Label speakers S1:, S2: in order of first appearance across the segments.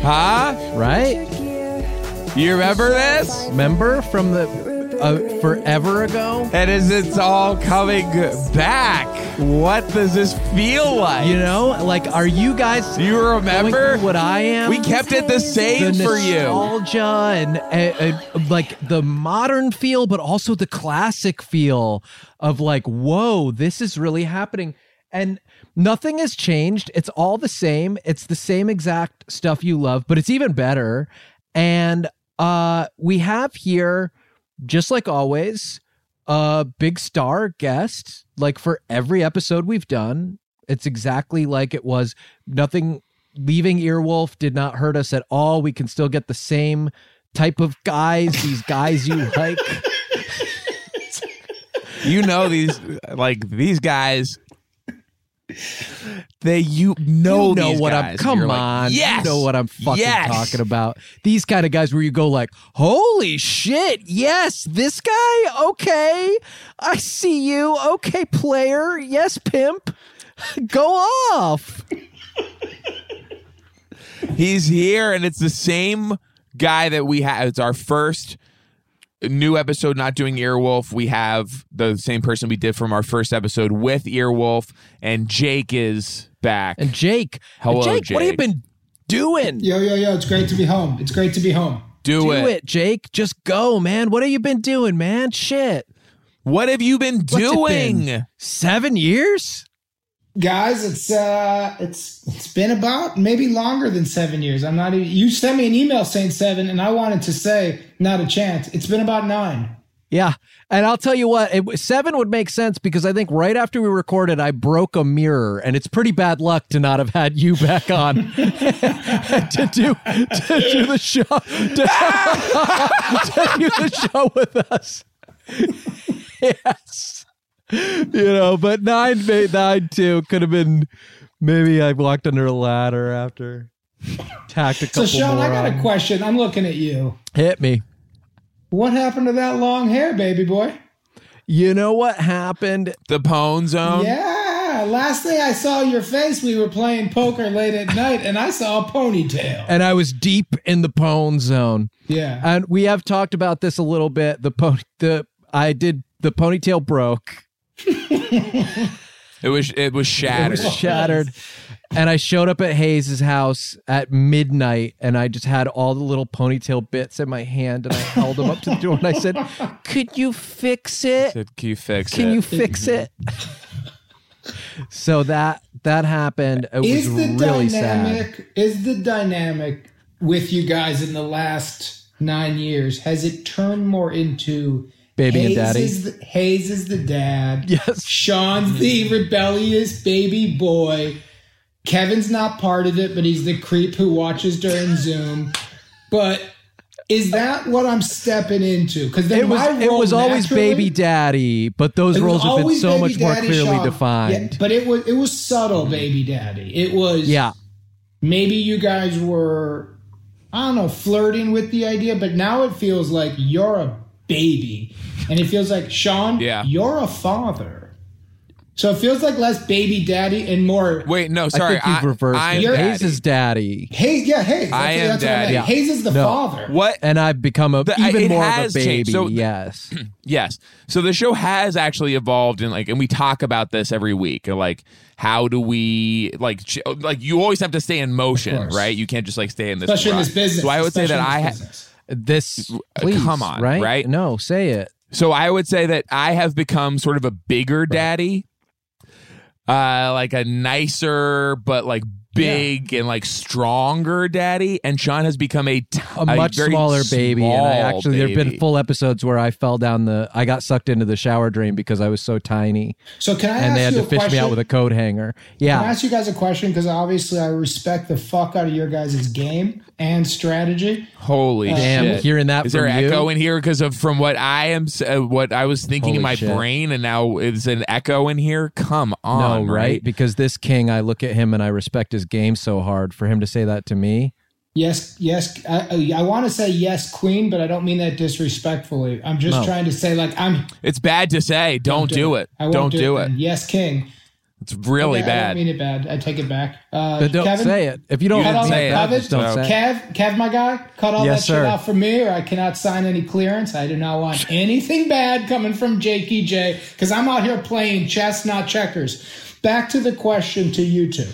S1: Huh?
S2: right?
S1: You remember this?
S2: Remember from the uh, forever ago?
S1: And as it's all coming back, what does this feel like?
S2: You know, like, are you guys
S1: Do you
S2: going
S1: remember?
S2: through what I am?
S1: We kept it the
S2: the
S1: same for you.
S2: nostalgia and uh, uh, like the modern feel, but also the classic feel of like, whoa, this is really happening. And nothing has changed. It's all the same. It's the same exact stuff you love, but it's even better. And uh, we have here, just like always, a big star guest. Like for every episode we've done, it's exactly like it was. Nothing leaving Earwolf did not hurt us at all. We can still get the same type of guys, these guys you like.
S1: You know these like these guys. They you know
S2: you know
S1: these
S2: what I'm
S1: guys.
S2: come
S1: You're like,
S2: on.
S1: Yes.
S2: You know what I'm fucking
S1: Yes.
S2: talking about. These kind of guys where you go like, holy shit, yes, this guy? Okay. I see you. Okay, player. Yes, pimp. Go off.
S1: He's here, and it's the same guy that we had. It's our first new episode, not doing Earwolf. We have the same person we did from our first episode with Earwolf, and Jake is back.
S2: And Jake.
S1: Hello,
S2: Jake, what have you
S1: Jake.
S2: been doing?
S3: Yo, yo, yo, it's great to be home. It's great to be home.
S1: do,
S2: Do
S1: it.
S2: it, Jake. Just go, man. What have you been doing, man? Shit.
S1: What have you been
S2: What's it
S1: doing?
S2: been? Seven years?
S3: Guys, it's uh it's it's been about maybe longer than 7 years. I'm not even, you sent me an email saying 7 and I wanted to say not a chance. It's been about 9.
S2: Yeah. And I'll tell you what, it, w- seven would make sense because I think right after we recorded, I broke a mirror, and it's pretty bad luck to not have had you back on to do to do the show to, to do the show with us. Yes, you know, but nine, ma- nine too could have been. Maybe I walked under a ladder after. Tacked a
S3: So
S2: couple
S3: Sean,
S2: more um,
S3: I got
S2: on.
S3: a question. I'm looking at you.
S2: Hit me.
S3: What happened to that long hair, baby boy?
S2: You know what happened?
S1: The Pone Zone.
S2: Um,
S3: yeah. Last thing I saw your face, we were playing poker late at night and I saw a ponytail.
S2: and I was deep in the pone zone.
S3: Yeah.
S2: And we have talked about this a little bit. The pony, the I did the ponytail broke,
S1: It was it was
S2: it
S1: shattered.
S2: was shattered, and I showed up at Hayes's house at midnight, and I just had all the little ponytail bits in my hand, and I held them up to the door, and I said, "Could you fix it?
S1: Said, Can you fix
S2: Can
S1: it?
S2: you fix it?" so that that happened. It was
S3: is the
S2: really sad.
S3: dynamic is the dynamic with you guys in the last nine years has it turned more into
S2: Baby and
S3: Hayes
S2: daddy.
S3: is the, Hayes is the dad
S2: Yes. Mm-hmm.
S3: Sean's the rebellious baby boy Kevin's not part of it but he's the creep who watches during Zoom but is that what I'm stepping into because
S2: It was it was always baby daddy, but those
S3: it was
S2: roles have been
S3: always
S2: so
S3: baby
S2: much more
S3: daddy
S2: clearly
S3: Sean. Yeah,
S2: defined. Mm-hmm.
S3: but it was it was subtle baby daddy. It was
S2: Yeah.
S3: maybe you guys were I don't know flirting with the idea, but now it feels like you're a baby, and it feels like Sean,
S1: Yeah.
S3: you're a father. So it feels like less baby daddy and more.
S1: Wait, no, sorry.
S2: I think you've reversed
S1: I'm
S2: it.
S3: You're-
S2: Hayes
S1: daddy.
S2: is daddy,
S3: Hayes, yeah, Hayes. That's,
S1: I am
S3: that's what meant.
S1: daddy. Yeah.
S3: Hayes is the father.
S1: What
S2: and I've become a
S1: The-
S2: even
S1: it
S2: more of a
S1: has changed.
S2: baby.
S1: So-
S2: yes,
S1: Yes. So the show has actually evolved and like and we talk about this every week. Like how do we like ch- like you always have to stay in motion,
S3: course.
S1: right? You can't just like stay in this
S3: Especially in
S1: rut.
S3: this business.
S1: So I would say
S3: especially
S1: that
S3: in
S1: I
S3: this
S1: ha-
S3: business.
S2: this. Please,
S1: uh, come on,
S2: right?
S1: right?
S2: No, say it.
S1: So I would say that I have become sort of a bigger daddy. Uh like a nicer but like big and like stronger daddy and Sean has become a t-
S2: A much
S1: very
S2: smaller baby, and I
S1: small
S2: actually there have
S1: baby.
S2: been full episodes where I fell down the. I got sucked into the shower drain because I was so tiny,
S3: So can I ask
S2: and they had
S3: you
S2: to
S3: a
S2: fish me
S3: question?
S2: out with a coat hanger.
S3: Can I
S2: Yeah,
S3: ask you guys a question? Because obviously, I respect the fuck out of your guys' game and strategy.
S1: Holy
S2: damn,
S1: shit.
S2: hearing that
S1: Is
S2: from
S1: there
S2: you.
S1: echo in here because of from what I am s- uh, what I was thinking
S2: Holy
S1: in my
S2: shit.
S1: brain and now it's an echo in here? Come
S2: no,
S1: on,
S2: right?
S1: right?
S2: Because this king, I look at him and I respect his game so hard. For him to say that to me,
S3: Yes, yes. I, I want to say yes, queen, but I don't mean that disrespectfully. I'm just
S2: No.
S3: trying to say, like, I'm.
S1: It's bad to say. Don't, do it.
S3: I won't
S1: Don't do it.
S3: then. Yes, king.
S1: It's really
S3: Okay, I
S1: bad.
S3: don't mean it bad. I take it back. Uh,
S2: But don't
S3: Kevin,
S2: say it. If you don't
S1: You
S3: Cut
S1: didn't
S3: all
S1: say
S3: that
S1: it.
S2: I
S3: coverage.
S2: just don't say it.
S3: Kev, Kev, my guy, cut all
S2: Yes,
S3: that
S2: sir.
S3: shit out for me, or I cannot sign any clearance. I do not want anything bad coming from Jakey J, because I'm out here playing chess, not checkers. Back to the question to you two.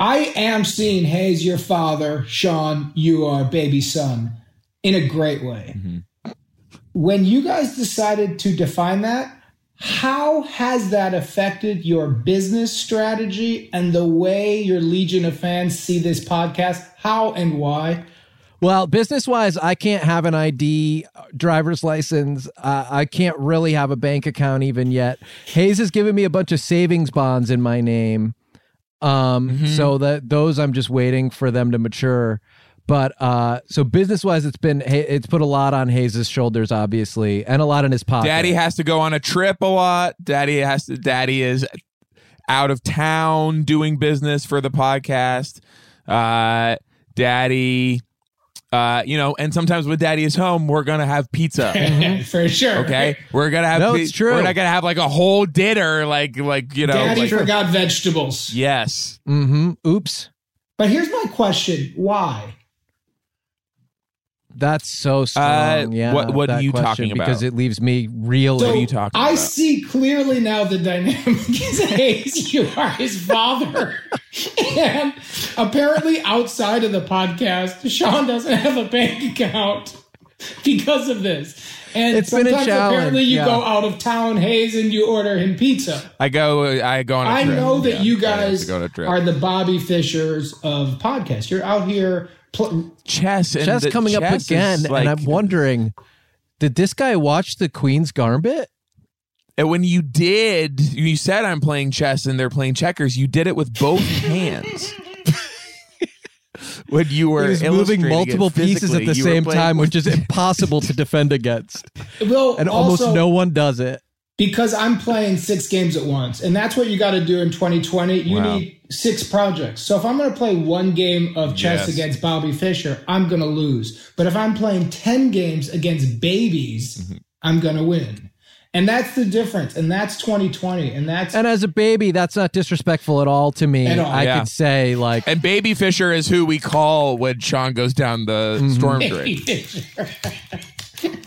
S3: I am seeing Hayes, your father, Sean, you are baby son, in a great way.
S2: Mm-hmm.
S3: When you guys decided to define that, how has that affected your business strategy and the way your legion of fans see this podcast? How and why?
S2: Well, business wise, I can't have an ID, uh, driver's license. Uh, I can't really have a bank account even yet. Hayes has given me a bunch of savings bonds in my name, um,
S1: Mm-hmm.
S2: so that those I'm just waiting for them to mature. But uh, so business wise, it's been Hay- it's put a lot on Hayes' shoulders, obviously, and a lot in his pocket.
S1: Daddy has to go on a trip a lot. Daddy has to. Daddy is out of town doing business for the podcast. Uh, daddy, uh, you know, and sometimes when Daddy is home, we're gonna have pizza.
S3: for sure.
S1: Okay, we're gonna have.
S2: No, it's true.
S1: We're not gonna have like a whole dinner, like like you know.
S3: Daddy
S1: like-
S3: forgot vegetables.
S1: yes,
S2: hmm Oops,
S3: But here's my question why?
S2: that's so strong. yeah.
S1: Uh, what- what are
S2: that
S1: you
S2: question,
S1: talking about?
S2: Because it leaves me real.
S1: are you talking
S3: I
S1: about?
S3: see clearly now the dynamic is Hayes, you are his father. and apparently, outside of the podcast, Sean doesn't have a bank account because of this. And
S2: It's been a
S3: sometimes
S2: challenge,
S3: apparently you
S2: yeah.
S3: go out of town, Hayes, and you order him pizza.
S1: I go. I go on. a
S3: I
S1: trip.
S3: know that
S1: Yeah,
S3: you
S1: I have
S3: guys
S1: to go on a trip.
S3: are the Bobby Fishers of podcasts. You're out here. Pl-
S1: chess. And
S2: Chess
S1: the
S2: coming up
S1: chess is,
S2: again,
S1: like-
S2: and I'm wondering, did this guy watch the Queen's Gambit?
S1: And when you did, you said I'm playing chess and they're playing checkers. You did it with both hands. when you were
S2: He was
S1: illustrating
S2: moving
S1: it
S2: multiple pieces at
S1: physically,
S2: the
S1: you were
S2: same
S1: playing
S2: time,
S1: with-
S2: which is impossible to defend against,
S3: well,
S2: and
S3: also,
S2: almost no one does it.
S3: because I'm playing six games at once, and that's what you got to do in 2020. You
S1: Wow.
S3: need six projects. So if I'm going to play one game of chess
S1: Yes.
S3: against Bobby Fischer, I'm going to lose. But if I'm playing 10 games against babies,
S2: Mm-hmm.
S3: I'm going to win. And that's the difference. And that's 2020. And that's
S2: And as a baby, that's not disrespectful at all to me.
S3: At all.
S2: I
S1: Yeah.
S2: could say like,
S1: and Baby Fisher is who we call when Sean goes down the storm
S2: Mm-hmm.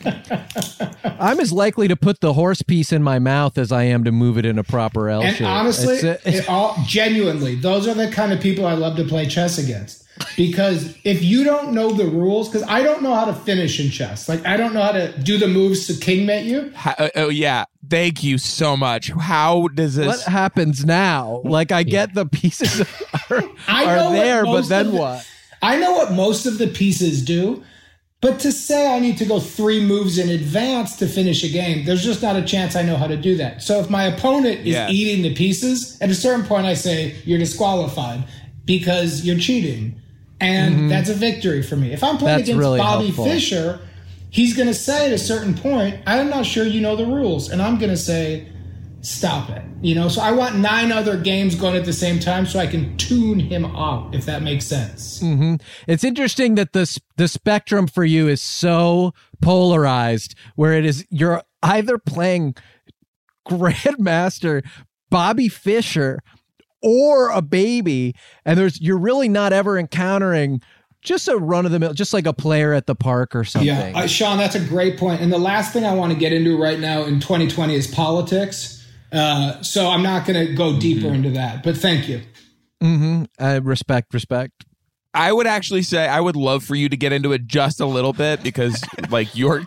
S1: drain.
S2: I'm as likely to put the horse piece in my mouth as I am to move it in a proper L
S3: And
S2: shape.
S3: honestly,
S2: It's a-
S3: it all genuinely, those are the kind of people I love to play chess against. Because if you don't know the rules, because I don't know how to finish in chess. Like I don't know how to do the moves to kingmate you.
S1: How- oh, oh, yeah, thank you so much. How does this?
S2: what happens now? Like, I get the pieces are,
S3: I
S2: are
S3: know what
S2: there, but
S3: most
S2: then
S3: of the-
S2: what?
S3: I know what most of the pieces do, but to say I need to go three moves in advance to finish a game, there's just not a chance I know how to do that. So if my opponent is
S1: Yeah.
S3: eating the pieces, at a certain point I say you're disqualified because you're cheating. And that's a victory for me. If I'm
S2: Mm-hmm.
S3: playing
S2: That's
S3: against
S2: really
S3: Bobby
S2: helpful.
S3: Fischer, he's going to say at a certain point, I'm not sure you know the rules. And I'm going to say, stop it. You know, so I want nine other games going at the same time so I can tune him out, if that makes sense.
S2: It's interesting that the s- the spectrum for you is so polarized, where it is you're either playing Grandmaster Bobby Fischer or a baby, and there's you're really not ever encountering just a run of the mill, just like a player at the park or something.
S3: Yeah, uh, Sean, that's a great point. And the last thing I want to get into right now in 2020 is politics. Uh, so I'm not going to
S2: Mm-hmm.
S3: go deeper into that, but thank you.
S2: hmm Uh, respect, respect.
S1: I would actually say I would love for you to get into it just a little bit because like your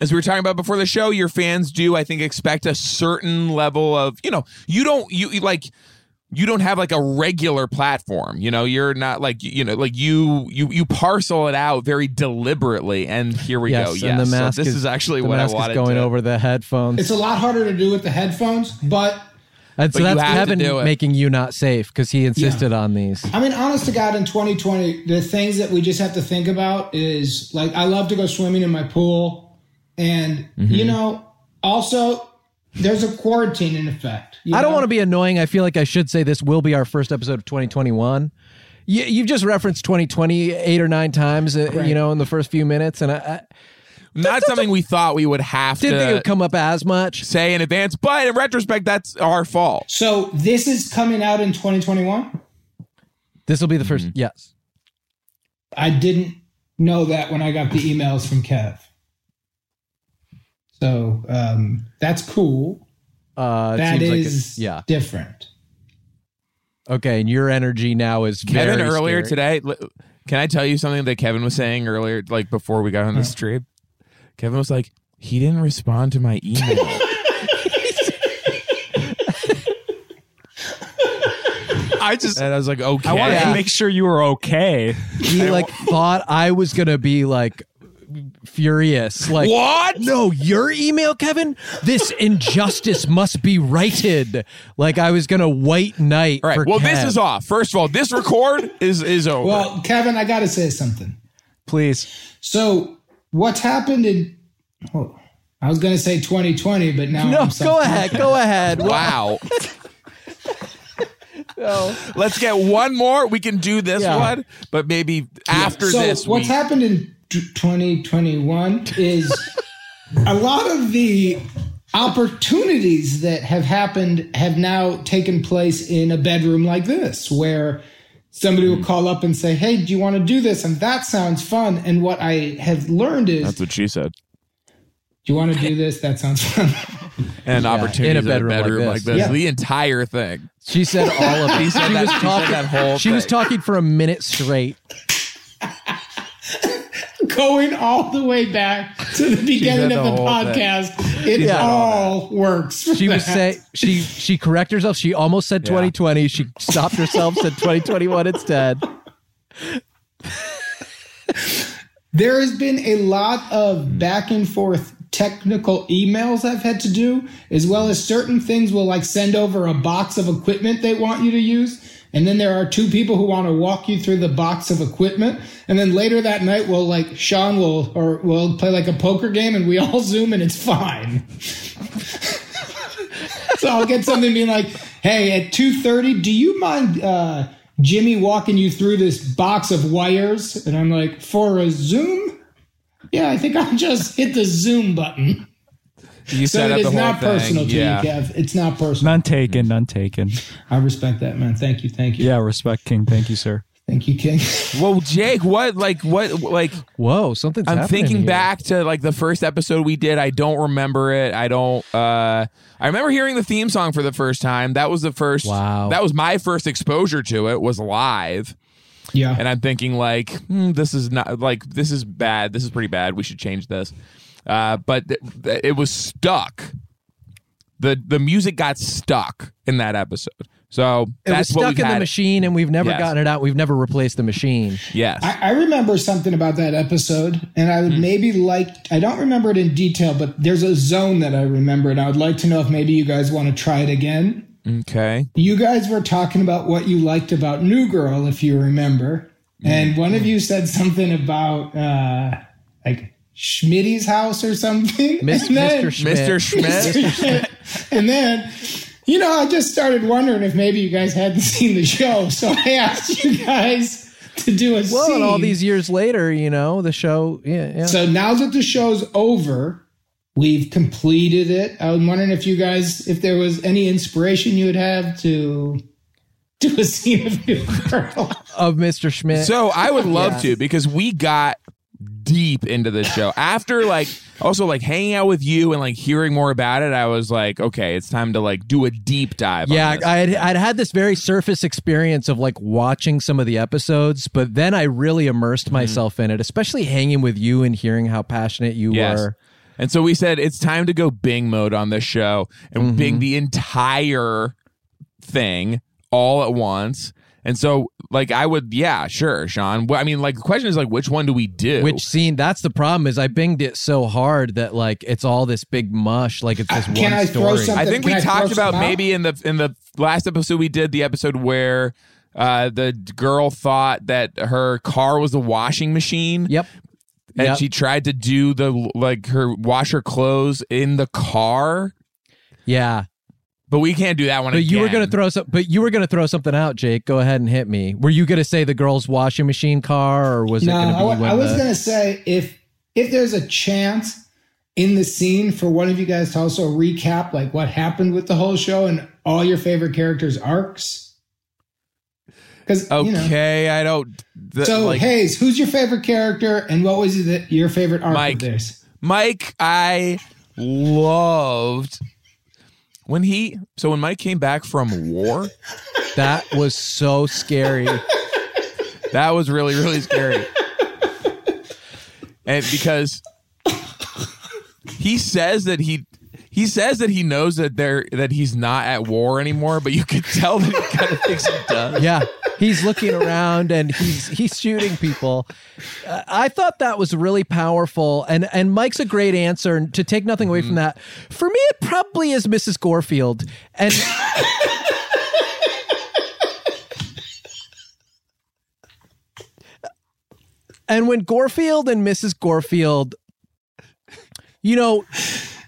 S1: as we were talking about before the show, your fans do I think expect a certain level of, you know, you don't you you, like you don't have like a regular platform, you know, you're not like you know, like you you you parcel it out very deliberately and here we
S2: yes,
S1: go. Yes.
S2: and the mask
S1: so this is, actually
S2: the
S1: what I
S2: mask
S1: wanted
S2: is going
S1: to,
S2: over the headphones.
S3: It's a lot harder to do with the headphones, but
S2: and so
S1: but you
S2: that's
S1: have to
S2: Kevin
S1: do it.
S2: making you not safe because he insisted on these.
S3: I mean, honest to God, in 2020, the things that we just have to think about is like, I love to go swimming in my pool. And,
S2: Mm-hmm.
S3: you know, also, there's a quarantine in effect.
S2: I don't want to be annoying. I feel like I should say this will be our first episode of 2021. You, you've just referenced 2020 eight or nine times, uh, you
S3: Right.
S2: know, in the first few minutes, and I, I,
S1: Not something we thought we would have
S2: Didn't think it
S1: to
S2: would come up as much.
S1: say in advance, but in retrospect, that's our fault.
S3: So this is coming out in 2021.
S2: This will be the 1st
S1: Mm-hmm.
S2: Yes.
S3: I didn't know that when I got the emails from Kev. So um, that's cool.
S2: Uh, it
S3: That
S2: seems like it-
S3: is
S2: yeah.
S3: different.
S2: Okay, and your energy now is
S1: Kevin
S2: very
S1: earlier today.
S2: scary.
S1: li- Can I tell you something that Kevin was saying earlier, like before we got on the stream? Kevin was like, he didn't respond to my email.
S4: I just
S1: and I was like, okay.
S4: I wanted
S2: Yeah.
S4: to make sure you were okay.
S2: He like thought I was gonna be like furious. Like
S1: What?
S2: No, your email, Kevin. This injustice must be righted. Like I was gonna white knight.
S1: All
S2: for
S1: right. Well, this
S2: Kev.
S1: is off. First of all, this record is is over.
S3: Well, Kevin, I got to say something.
S4: Please.
S3: So what's happened in? Oh, I was going to say 2020, but now
S2: No,
S3: I'm
S2: go
S3: sorry.
S2: ahead. Go ahead.
S1: wow. Let's get one more. We can do this
S2: Yeah.
S1: one, but maybe after
S3: so
S1: this.
S3: what's
S1: we-
S3: happened in t- 2021 is a lot of the opportunities that have happened have now taken place in a bedroom like this where somebody
S1: Hmm.
S3: will call up and say hey do you want to do this and that sounds fun and what i have learned is
S1: That's what she said.
S3: do you want to do this that sounds fun
S1: And opportunity
S2: in a bedroom like this.
S1: like this.
S3: Yeah.
S1: The entire thing.
S2: She said all of it. She,
S1: said that-
S2: was
S1: she said
S2: talking.
S1: that whole
S2: she was
S1: thing.
S2: talking for a minute straight.
S3: going all the way back to the beginning
S1: said
S3: of
S1: the
S3: the,
S1: whole thing.
S3: podcast it
S2: said all
S3: all works for
S2: She was
S3: that.
S2: say she she corrected herself. She almost said 2020. She stopped herself. Said 2021 instead.
S3: There has been a lot of back and forth technical emails I've had to do, as well as certain things will like send over a box of equipment they want you to use. And then there are two people who want to walk you through the box of equipment. And then later that night, we'll like Sean will or we'll play like a poker game and we all zoom and it's fine. so I'll get something being like, "Hey, at two thirty, do you mind uh, Jimmy walking you through this box of wires?" And I'm like, "For a Zoom? Yeah, I think I'll just hit the Zoom button."
S1: You
S3: So
S1: set up
S3: it
S1: the
S3: is
S1: whole
S3: not
S1: thing.
S3: personal to
S1: yeah.
S3: you, Kev. It's not personal.
S4: None taken, none taken.
S3: I respect that, man. Thank you, thank you,
S4: Yeah, respect King. Thank you, sir.
S3: thank you, King.
S1: Well, Jake, what like what like
S2: Whoa, something's.
S1: I'm
S2: happening
S1: thinking
S2: here.
S1: back to like the first episode we did. I don't remember it. I don't uh I remember hearing the theme song for the first time. That was the first
S2: Wow.
S1: that was my first exposure to it was live.
S3: yeah,
S1: And I'm thinking like hmm, this is not like this is bad. This is pretty bad. We should change this. Uh but th- th- it was stuck. The the music got stuck in that episode. So
S2: It was
S1: that's what
S2: stuck
S1: we've
S2: in the
S1: had-
S2: machine, and we've never
S1: Yes.
S2: gotten it out. We've never replaced the machine.
S1: Yes.
S3: I, I remember something about that episode, and I would
S1: Hmm.
S3: maybe like, I don't remember it in detail, but there's a zone that I remember, and I would like to know if maybe you guys want to try it again.
S1: okay.
S3: You guys were talking about what you liked about New Girl, if you remember. And one of you said something about, uh, like, Schmitty's house or something.
S2: Mis-
S3: and then,
S2: Mr. Schmidt.
S1: Mr. Schmidt.
S3: and then, you know, I just started wondering if maybe you guys hadn't seen the show. So I asked you guys to do a
S2: Well,
S3: scene.
S2: and all these years later, you know, the show. Yeah, yeah.
S3: So now that the show's over, we've completed it. I was wondering if you guys, if there was any inspiration you would have to do a scene of New Girl.
S2: of Mr. Schmidt.
S1: So I would love to because we got deep into this show after like also like hanging out with you and like hearing more about it. I was like, okay, it's time to like do a deep dive. on
S2: yeah,
S1: this.
S2: I had, I'd had this very surface experience of like watching some of the episodes, but then I really immersed
S1: Mm-hmm.
S2: myself in it, especially hanging with you and hearing how passionate you
S1: Yes.
S2: were.
S1: And so we said it's time to go Bing mode on this show and
S2: Mm-hmm.
S1: Bing the entire thing all at once. And so, like, I would, yeah, sure, Sean. Well, I mean, like, the question is, like, which one do we do?
S2: Which scene? That's the problem. Is I binged it so hard that like it's all this big mush. Like it's this
S3: Can
S2: one
S3: I
S2: story.
S3: throw something?
S1: I think
S3: Can
S1: we
S3: I throw
S1: talked
S3: some
S1: about
S3: out?
S1: maybe in the in the last episode we did the episode where uh, the girl thought that her car was a washing machine,
S2: Yep.
S1: and
S2: yep.
S1: she tried to do the like her wash her clothes in the car,
S2: yeah.
S1: but we can't do that one.
S2: But you were
S1: again.
S2: gonna throw some. But you were gonna throw something out, Jake. Go ahead and hit me. Were you gonna say the girl's washing machine car, or was
S3: No,
S2: it gonna
S3: I,
S2: be
S3: wa-
S2: when
S3: I was
S2: the-
S3: going to say if if there's a chance in the scene for one of you guys to also recap like what happened with the whole show and all your favorite characters' arcs. Because you know,
S1: Okay, I don't. th-
S3: so
S1: like,
S3: Hayes, who's your favorite character, and what was the, your favorite arc
S1: Mike.
S3: of theirs?
S1: Mike, I loved when he. So when Mike came back from war,
S2: That was so scary.
S1: that was really really scary. And because he says that he he says that he knows that they're that he's not at war anymore, but you could tell that he kind of thinks he does.
S2: Yeah. He's looking around and he's he's shooting people. Uh, I thought that was really powerful, and and Mike's a great answer. And to take nothing away from that, for me, it probably is Mrs. Gorefield, and and when Gorefield and Mrs. Gorefield, you know,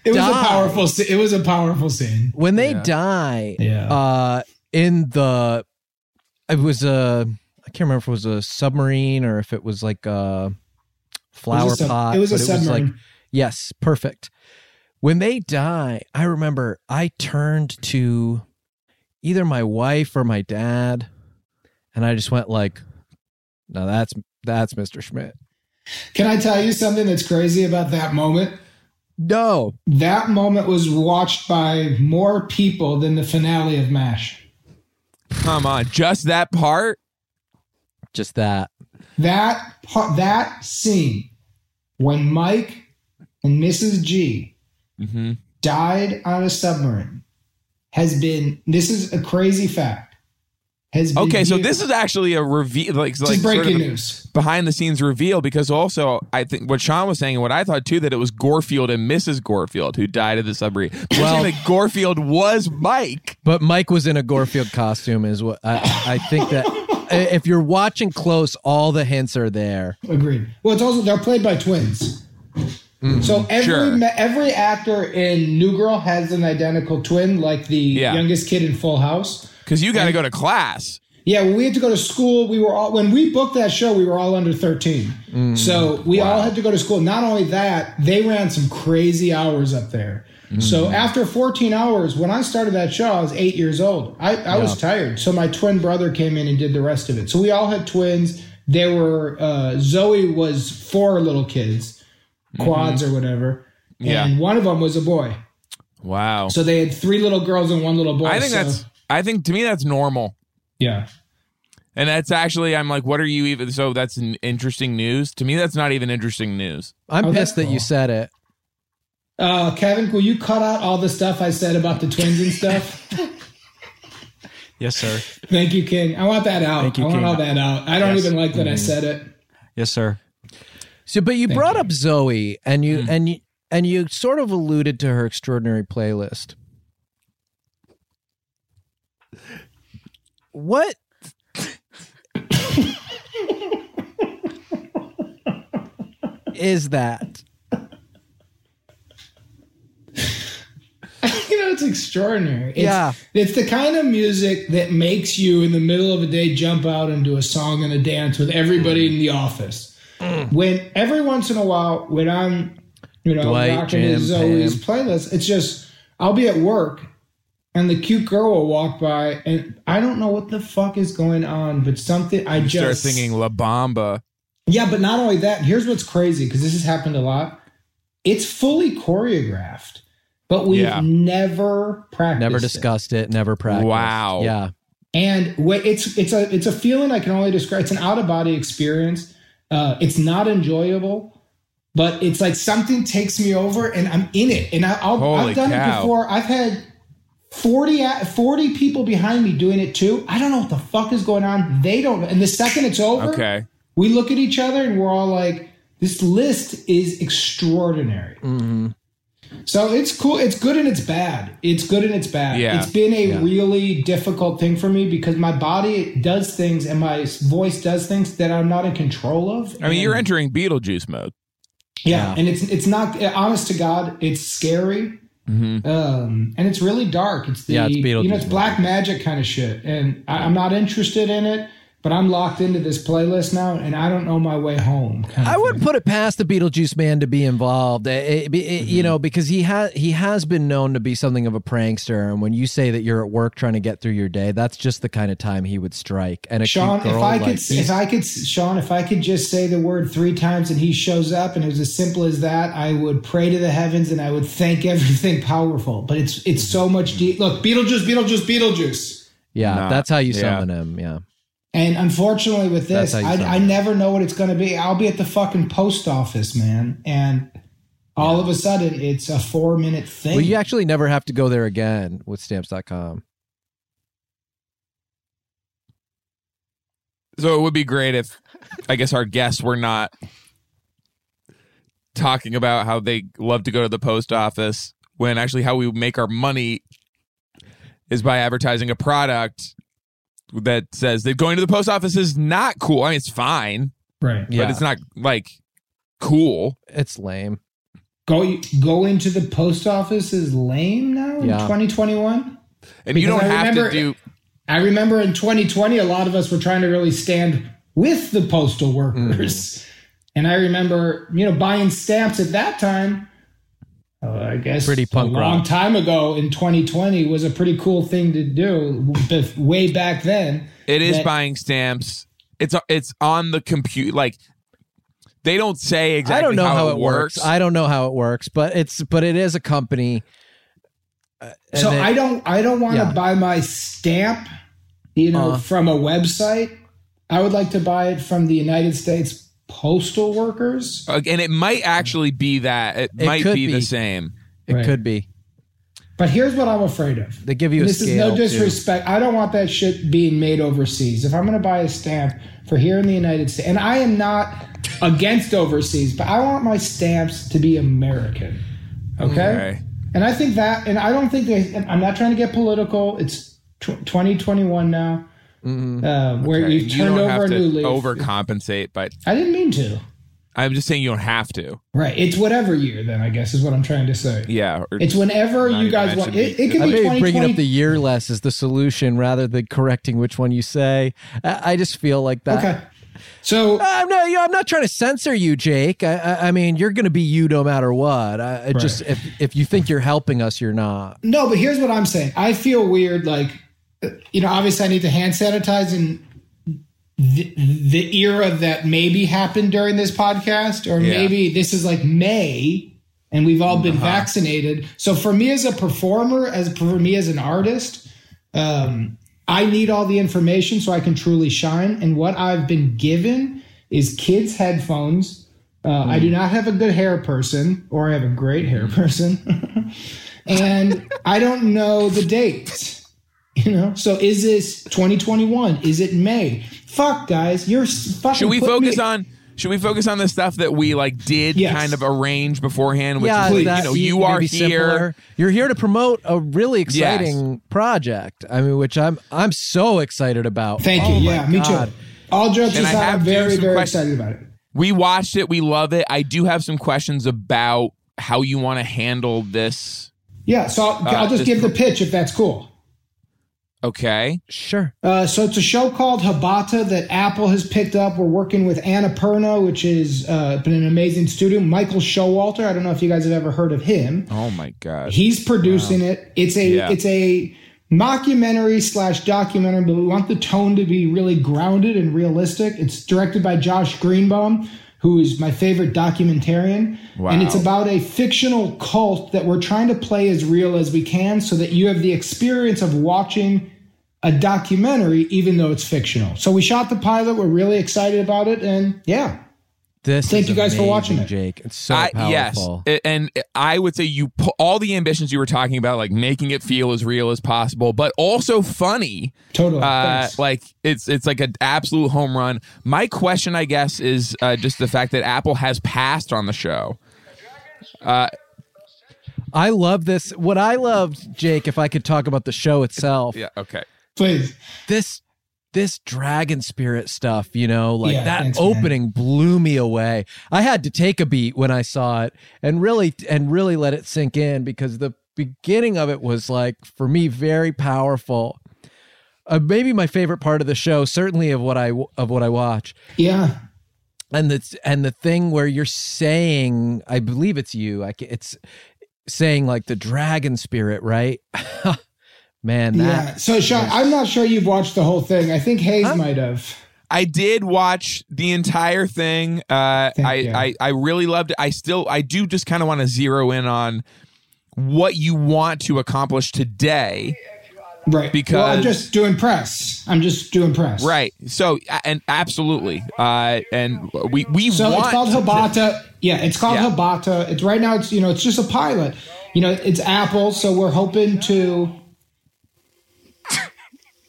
S3: It was
S2: Die.
S3: a powerful. sce- It was a powerful scene.
S2: when they
S1: Yeah.
S2: die,
S3: Yeah.
S2: uh in the it was a I can't remember if it was a submarine or if it was like a
S3: It
S2: flower
S3: was a sub-
S2: pot.
S3: It was a
S2: but
S3: submarine.
S2: yes, perfect. When they die, I remember I turned to either my wife or my dad, and I just went like, "No, that's that's Mr. Schmidt."
S3: Can I tell you something that's crazy about that moment?
S2: No,
S3: That moment was watched by more people than the finale of MASH.
S1: Come on, just that part.
S2: just that.
S3: That part, that scene when Mike and Mrs. G
S1: Mm-hmm.
S3: died on a submarine has been. This is a crazy fact. Has been
S1: Okay, so
S3: viewed-
S1: this is actually a reveal, like
S3: This
S1: like
S3: is
S1: sort of
S3: breaking
S1: a-
S3: news.
S1: behind the scenes reveal because also I think what Sean was saying and what I thought too that it was Gorefield and Mrs. Gorefield who died of the submarine. Well, that Gorefield was Mike.
S2: But Mike was in a Gorefield costume, is what I, I think that if you're watching close, all the hints are there.
S3: Agreed. Well, it's also they're played by twins. So every
S1: Mm, Sure.
S3: ma- every actor in New Girl has an identical twin, like the
S1: Yeah.
S3: youngest kid in Full House.
S1: Because you got to go to class.
S3: Yeah, when we had to go to school, we were all when we booked that show, we were all under thirteen.
S1: Mm,
S3: so we all had to go to school. Not only that, they ran some crazy hours up there.
S1: Mm.
S3: So after 14 hours, when I started that show, I was eight years old. I, I was tired. So my twin brother came in and did the rest of it. So we all had twins. They were uh, Zoe was four little kids, quads or whatever.
S1: Mm-hmm. Yeah.
S3: And one of them was a boy.
S1: Wow.
S3: So they had three little girls and one little boy.
S1: I think
S3: So-
S1: that's I think to me that's normal.
S3: yeah.
S1: And that's actually I'm like what are you even so that's an interesting news. To me that's not even interesting news.
S2: I'm
S3: Oh, that's
S2: pissed that you
S3: cool.
S2: said it.
S3: Uh, Kevin, will you cut out all the stuff I said about the twins and stuff?
S4: Yes, sir.
S3: Thank you, King. I want that out.
S4: Thank you,
S3: I want
S4: King.
S3: all that out. I don't
S4: Yes. Mm-hmm.
S3: even like that I said it.
S4: Yes, sir.
S2: So, but you
S3: Thank
S2: brought
S3: you. Mm-hmm.
S2: up Zoe, and you and you and you sort of alluded to her extraordinary playlist. What? is that?
S3: you know, it's extraordinary. It's,
S2: Yeah.
S3: It's the kind of music that makes you in the middle of a day jump out and do a song and a dance with
S2: Mm.
S3: everybody in the office. When every once in a while, when I'm, you know,
S2: Dwight,
S3: rocking to
S2: Jim,
S3: Zoe's
S2: Pam.
S3: playlist, it's just, I'll be at work and the cute girl will walk by and I don't know what the fuck is going on, but something I
S1: Start
S3: just
S1: singing La Bamba.
S3: Yeah, but not only that, here's what's crazy because this has happened a lot. It's fully choreographed, but we've
S1: Yeah.
S3: never practiced.
S2: Never
S3: it.
S2: discussed it. Never practiced.
S1: Wow.
S2: Yeah.
S3: And wh- it's it's a it's a feeling I can only describe. It's an out of body experience. Uh, it's not enjoyable, but it's like something takes me over and I'm in it. And I, I'll,
S1: Holy
S3: I've done
S1: cow.
S3: it before. I've had 40, a- 40 people behind me doing it too. I don't know what the fuck is going on. They don't. And the second it's over,
S1: Okay.
S3: we look at each other and we're all like, this list is extraordinary.
S2: Mm-hmm.
S3: So it's cool. It's good and it's bad. It's good and it's bad.
S1: Yeah.
S3: It's been a
S2: Yeah.
S3: really difficult thing for me because my body does things and my s- voice does things that I'm not in control of.
S1: I mean you're
S3: And-
S1: entering Beetlejuice mode.
S3: yeah,
S2: Yeah.
S3: and it's it's not honest to God. It's scary. Um, and it's really dark. It's the
S2: Yeah, it's Beetlejuice
S3: you know it's black magic kind of shit, and I, I'm not interested in it. But But I'm locked into this playlist now, and I don't know my way home. kind of
S2: I
S3: thing.
S2: wouldn't put it past the Beetlejuice man to be involved, eh, eh, be- eh, you know, because he has he has been known to be something of a prankster. And when you say that you're at work trying to get through your day, that's just the kind of time he would strike. And a
S3: Sean,
S2: cute
S3: if
S2: girl
S3: I
S2: like
S3: could, if I could, Sean, if I could just say the word three times and he shows up, and it was as simple as that, I would pray to the heavens and I would thank everything powerful. But it's it's so much deep. Look, Beetlejuice, Beetlejuice, Beetlejuice.
S2: yeah,
S1: Nah,
S2: that's how you
S1: yeah.
S2: summon him. Yeah,
S3: And unfortunately, with
S2: That's
S3: this,
S2: how you
S3: I,
S2: sound.
S3: I never know what it's going to be. I'll be at the fucking post office, man, and all of a sudden it's a four minute thing.
S2: well, you actually never have to go there again with stamps.com.
S1: So it would be great if, I guess, our guests were not talking about how they love to go to the post office when actually how we make our money is by advertising a product that says that going to the post office is not cool. I mean, it's fine,
S3: right.
S2: Yeah,
S1: but it's not like cool.
S2: it's lame.
S3: Go go into the post office is lame now in
S2: Yeah.
S3: 2021.
S1: And you
S3: Because
S1: don't
S3: I
S1: have to
S3: remember-
S1: do.
S3: I remember in 2020, a lot of us were trying to really stand with the postal workers.
S2: Mm.
S3: And I remember, you know, buying stamps at that time. uh, I guess
S2: Pretty punk
S3: a long
S2: rock.
S3: time ago in 2020 was a pretty cool thing to do. bef- Way back then,
S1: It is
S3: that-
S1: buying stamps. It's it's on the compute. Like they don't say exactly.
S2: I don't know how, it
S1: works.
S2: works. I don't know how it works, but it's but it is a company. Uh, and
S3: so
S2: they-
S3: I don't I don't want to
S2: Yeah.
S3: buy my stamp, you know,
S2: Uh.
S3: from a website. I would like to buy it from the United States postal workers.
S1: Uh, and it might actually be that it,
S2: It
S1: might
S2: could
S1: be, the
S2: be.
S1: same
S2: it
S3: Right.
S2: could be
S3: But here's what I'm afraid of.
S2: they give you a
S3: this is
S2: scale.
S3: no
S2: too.
S3: disrespect. I don't want that shit being made overseas. If I'm going to buy a stamp for here in the United States, and I am not against overseas, but I want my stamps to be American. Okay.
S1: Okay.
S3: And I think that, and I don't think they. and I'm not trying to get political. It's tw 2021 now, uh, where
S1: Okay,
S3: you've
S1: you
S3: turned
S1: don't
S3: over a
S1: have to
S3: new leaf.
S1: overcompensate but
S3: I didn't mean to.
S1: i'm just saying you don't have to
S3: Right. It's whatever year. Then I guess is what I'm trying to say.
S1: yeah or-
S3: It's whenever
S1: Not
S3: you
S1: even
S3: guys want.
S1: mentioned
S3: It, it could
S2: I
S3: be
S2: think bringing up
S3: 2020.
S2: the year less is the solution rather than correcting which one you say. I, I just feel like that.
S3: okay. So
S2: I'm not. You know, I'm not trying to censor you, Jake. I, I, I mean, you're going to be you no matter what. I, I Just if if you think you're helping us, you're not.
S3: No, but here's what I'm saying. I feel weird. Like, uh, you know, obviously I need to hand sanitize in the, the era that maybe happened during this podcast, or
S1: Yeah.
S3: maybe this is like May and we've all been vaccinated. So for me as a performer, as for me as an artist, um, I need all the information so I can truly shine. And what I've been given is kids' headphones. Uh, I
S1: Hmm.
S3: do not have a good hair person, or I have a great hair person, and I don't know the date. You know, so is this 2021? Is it May? Fuck, guys, you're s- fucking.
S1: should we
S3: putting
S1: focus
S3: me-
S1: on should we focus on the stuff that we like did
S3: Yes.
S1: kind of arrange beforehand which
S2: yeah,
S1: is,
S2: that-
S1: you know you are
S2: maybe
S1: here
S2: simpler. You're here to promote a really exciting project. I mean, which I'm I'm so excited about.
S3: Thank you.
S2: Oh my
S3: yeah, me
S2: God.
S3: too. All jokes
S1: And I
S3: aside,
S1: have
S3: I'm
S1: to do
S3: very,
S1: some
S3: very
S1: questions.
S3: excited about it.
S1: we watched it we love it i do have some questions about how you want to handle this
S3: Yeah, so I'll, I'll just
S1: this-
S3: give the pitch if that's cool.
S1: okay
S2: Sure.
S3: Uh, so it's a show called Habata that Apple has picked up. We're working with Annapurna, which has uh, been an amazing studio. Michael Showalter, I don't know if you guys have ever heard of him.
S1: oh my god
S3: He's producing it. It's a
S1: Yeah.
S3: it's a mockumentary slash documentary, but we want the tone to be really grounded and realistic. It's directed by Josh Greenbaum, who is my favorite documentarian. And it's
S1: Wow.
S3: about a fictional cult that we're trying to play as real as we can so that you have the experience of watching a documentary, even though it's fictional. So we shot the pilot. We're really excited about it. And yeah,
S2: This.
S3: Thank
S2: is
S3: you guys for
S2: amazing,
S3: watching it.
S2: Jake. It's so
S1: I,
S2: powerful.
S1: yes, A- and I would say you pu- all the ambitions you were talking about, like making it feel as real as possible, but also funny.
S3: totally.
S1: Uh,
S3: Thanks.
S1: like it's it's like an absolute home run. My question, I guess, is uh, just the fact that Apple has passed on the show.
S2: I love this. What I loved, Jake, if I could talk about the show itself,
S1: Yeah. Okay.
S3: Please.
S2: this this dragon spirit stuff, you know, like
S3: Yeah,
S2: that
S3: thanks, man.
S2: opening blew me away. I had to take a beat when I saw it and really and really let it sink in because the beginning of it was like for me very powerful. uh, maybe my favorite part of the show, certainly of what I w- of what I watch,
S3: Yeah.
S2: and the and the thing where you're saying, I believe it's you, like it's saying like the dragon spirit, right? Man,
S3: yeah.
S2: that
S3: So, Sean, I'm not sure you've watched the whole thing. I think Hayes might have.
S1: I did watch the entire thing. Uh,
S3: Thank
S1: I,
S3: you.
S1: I I really loved. it. I still I do just kind of want to zero in on what you want to accomplish today.
S3: Right.
S1: Because-
S3: well, I'm just doing press. I'm just doing press.
S1: Right. So a- and absolutely. Uh, and we we
S3: So
S1: want
S3: it's called Habata. Yeah, it's called
S1: Yeah.
S3: Habata. It's right now. It's you know, it's just a pilot. You know, it's Apple. So we're hoping to.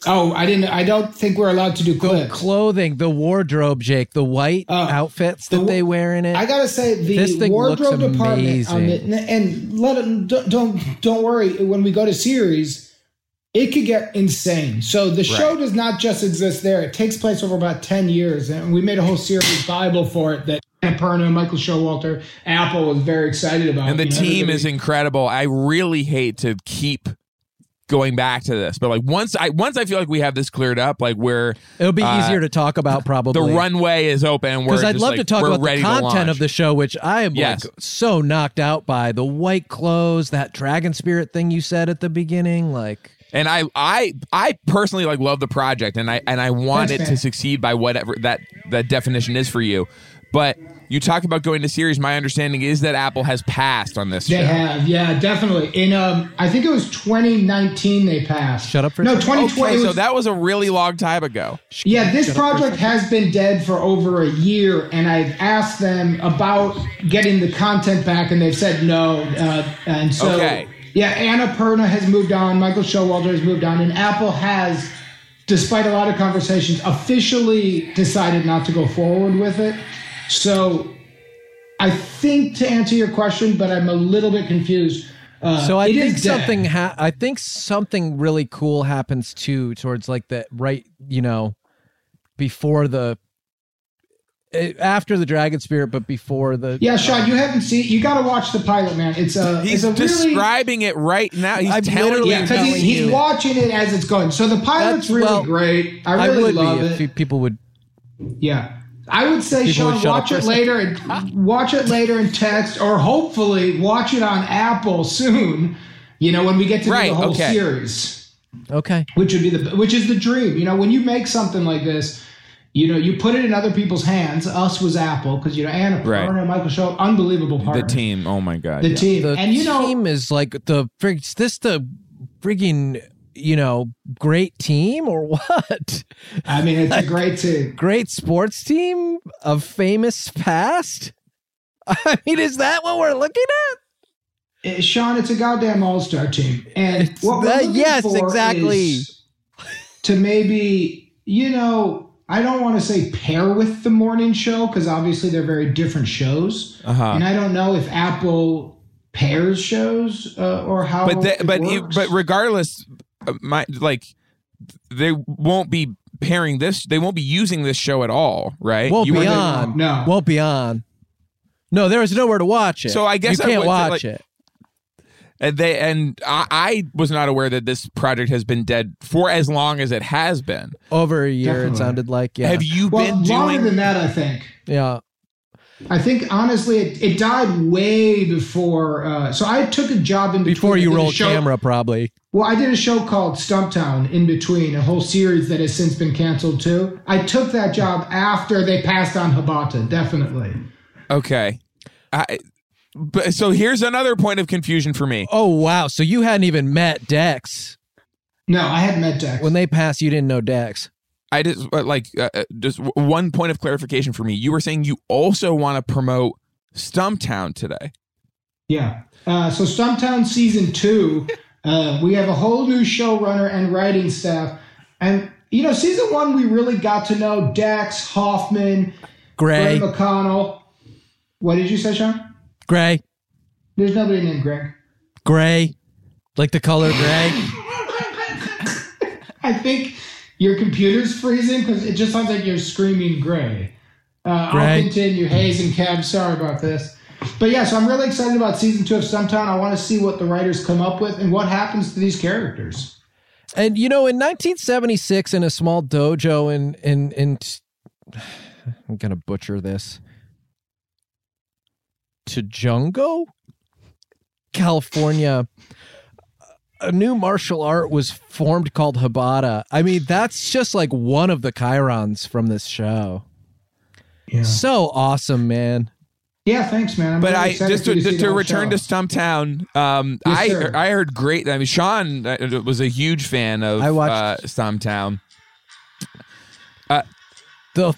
S3: Oh, I didn't. I don't think we're allowed to do clips.
S2: clothing, the wardrobe, Jake, the white outfits that
S3: Uh, the-
S2: they wear in it.
S3: I gotta say the
S2: This thing
S3: wardrobe
S2: looks
S3: department on it,
S2: amazing.
S3: and, and let it, don't, don't don't worry. When we go to series, it could get insane. So the show does not just exist there; it takes place over about ten years, and we made a whole series bible for it that Perna, Michael Showalter, Apple was very excited about.
S1: and the
S3: You know,
S1: team
S3: everybody-
S1: is incredible. I really hate to keep going back to this, but like once I once I feel like we have this cleared up, like we're
S2: It'll be
S1: uh,
S2: easier to talk about
S1: the
S2: probably.
S1: runway is open. and we're
S2: Because I'd
S1: just,
S2: love
S1: like,
S2: to talk
S1: we're
S2: about the
S1: ready to
S2: content
S1: launch.
S2: of the show, which I am
S1: Yes.
S2: like so knocked out by the white clothes, that dragon spirit thing you said at the beginning. Like,
S1: and I I I personally like love the project and I and I want it
S3: Thanks,
S1: to
S3: man.
S1: succeed by whatever that that definition is for you. But you talk about going to series. My understanding is that Apple has passed on this.
S3: They
S1: show.
S3: have, yeah, definitely. In um, I think it was 2019 they passed.
S2: Shut up for a
S3: no
S2: second. Oh,
S3: 2020.
S1: Okay,
S3: it
S1: so
S3: was-
S1: that was a really long time ago.
S3: Yeah, this project has been dead for over a year, and I've asked them about getting the content back, and they've said no. Uh, and so,
S1: Okay.
S3: yeah, Anna Perna has moved on, Michael Showalter has moved on, and Apple has, despite a lot of conversations, officially decided not to go forward with it. So, I think to answer your question, but I'm a little bit confused. Uh,
S2: so I
S3: it
S2: think
S3: is dead.
S2: something. Ha- I think something really cool happens too towards like the right. You know, before the eh, after the dragon spirit, but before the
S3: Yeah, Sean, you haven't seen. You got to watch the pilot, man. It's a.
S1: He's
S3: it's a really,
S1: describing it right now. He's
S2: I'm
S1: telling
S2: literally
S1: you.
S3: Yeah, because he's,
S2: telling
S3: he's
S2: you.
S3: watching it as it's going. So the pilot's
S2: That's-
S3: really
S2: well,
S3: great. I
S2: I
S3: really
S2: would
S3: love
S2: be
S3: it.
S2: if you- people would.
S3: yeah, I would say,
S2: People would
S3: Sean,
S2: shut up
S3: watch
S2: for a
S3: it
S2: second.
S3: later and watch it later in text, or hopefully watch it on Apple soon. You know, when we get to do
S1: Right,
S3: the whole
S1: okay.
S3: series,
S2: Okay,
S3: which would be the which is the dream. You know, when you make something like this. You know, you put it in other people's hands. Us was Apple because you know Anna
S1: Right.
S3: Perna, Michael Shaw, unbelievable
S1: The
S3: partner.
S1: team. Oh my god.
S3: the
S1: yeah.
S3: team,
S2: the
S3: and you know,
S2: team is like the. frig- Is this the friggin' you know great team or what?
S3: I mean, it's a great team.
S2: great sports team of famous past? I mean, is that what we're looking at?
S3: Uh, Sean, it's a goddamn all star team, and
S2: It's
S3: what we're
S2: that-
S3: looking
S2: yes,
S3: for
S2: exactly.
S3: is To maybe you know, I don't want to say pair with the morning show because obviously they're very different shows,
S1: Uh-huh.
S3: and I don't know if Apple pairs shows uh, or how.
S1: But the,
S3: it
S1: but it,
S3: works.
S1: but regardless, uh, my like they won't be pairing this. They won't be using this show at all, right?
S2: Won't
S1: You
S2: be
S1: were-
S2: on.
S3: No.
S2: won't be on. No, there is nowhere to watch it.
S1: So I guess
S2: you
S1: I
S2: can't
S1: would say,
S2: watch
S1: like-
S2: it.
S1: And they and I, I was not aware that this project has been dead for as long as it has been.
S2: Over a year, it
S3: Definitely.
S2: sounded like. Yeah,
S1: Have you
S3: well,
S1: been
S3: longer
S1: doing?
S3: than that, I think.
S2: yeah.
S3: I think honestly, it, it died way before. Uh, so I took a job in between.
S2: Before
S3: I
S2: you
S3: did a
S2: roll
S3: show-
S2: camera, probably.
S3: Well, I did a show called Stumptown in between, a whole series that has since been canceled too. I took that job after they passed on Habata, definitely.
S1: okay, I, but so here's another point of confusion for me.
S2: Oh wow! So you hadn't even met Dex
S3: No, I had met Dex.
S2: when they passed. You didn't know Dex.
S1: I just uh, like uh, uh, just w- one point of clarification for me. You were saying you also want to promote Stumptown today.
S3: yeah. Uh, so Stumptown season two, uh, we have a whole new showrunner and writing staff, and you know, season one we really got to know Dex Hoffman,
S2: Gray,
S3: Greg McConnell. What did you say, Sean?
S2: Gray,
S3: There's nobody named Greg.
S2: Gray, like the color gray.
S3: I think your computer's freezing because it just sounds like you're screaming gray. Uh,
S2: Gray.
S3: I'll continue. Hayes and Kev, sorry about this. But yeah, so I'm really excited about season two of Stumptown. I want to see what the writers come up with and what happens to these characters.
S2: And you know, in 1976, in a small dojo in in in, I'm gonna butcher this, Tujungo, California. A new martial art was formed called Habata. I mean, that's just like one of the chirons from this show.
S3: Yeah.
S2: So awesome, man.
S3: Yeah, thanks, man. I'm
S1: But
S3: really
S1: I
S3: excited
S1: just
S3: for
S1: to,
S3: you see
S1: just
S3: the
S1: to
S3: whole
S1: return to
S3: show.
S1: Stumptown. Um,
S3: Yes,
S1: I
S3: sir.
S1: I heard great. I mean, Sean uh, was a huge fan of
S2: I watched-
S1: uh, Stumptown.
S2: The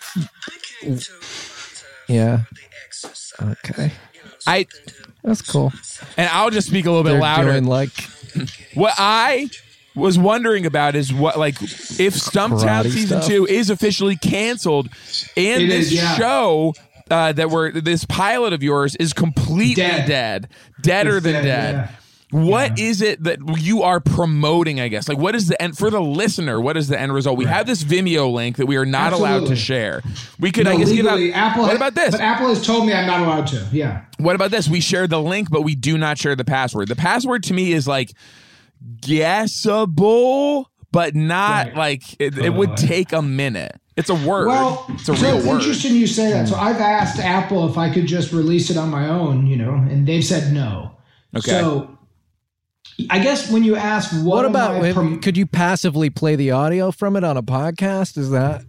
S2: yeah. Okay,
S1: I
S2: that's cool.
S1: and I'll just speak a little bit
S2: They're
S1: louder.
S2: doing like
S1: What I was wondering about is what like if Stumptown
S2: Karate
S1: season
S2: stuff.
S1: two is officially canceled, and
S3: It
S1: this
S3: is, yeah.
S1: show. Uh, that we're this pilot of yours is completely dead,
S3: Dead.
S1: deader
S3: It's
S1: than
S3: dead,
S1: dead.
S3: yeah.
S1: What is it that you are promoting? I guess like what is the end for the listener? What is the end result? We have this Vimeo link that we are not allowed to
S3: Absolutely.
S1: share. We could I
S3: No,
S1: guess give out.
S3: legally, Apple
S1: what
S3: ha-
S1: about this?
S3: But Apple has told me I'm not allowed to. Yeah.
S1: What about this? We share the link, but we do not share the password. The password to me is like guessable, but not
S3: Right.
S1: like it, it would take a minute. It's a word.
S3: Well,
S1: it's a
S3: so
S1: real
S3: it's
S1: word.
S3: interesting you say that. So I've asked Apple if I could just release it on my own, you know, and they've said no.
S1: Okay.
S3: So I guess when you ask what,
S2: What
S3: am
S2: about
S3: I prom-
S2: could you passively play the audio from it on a podcast? Is that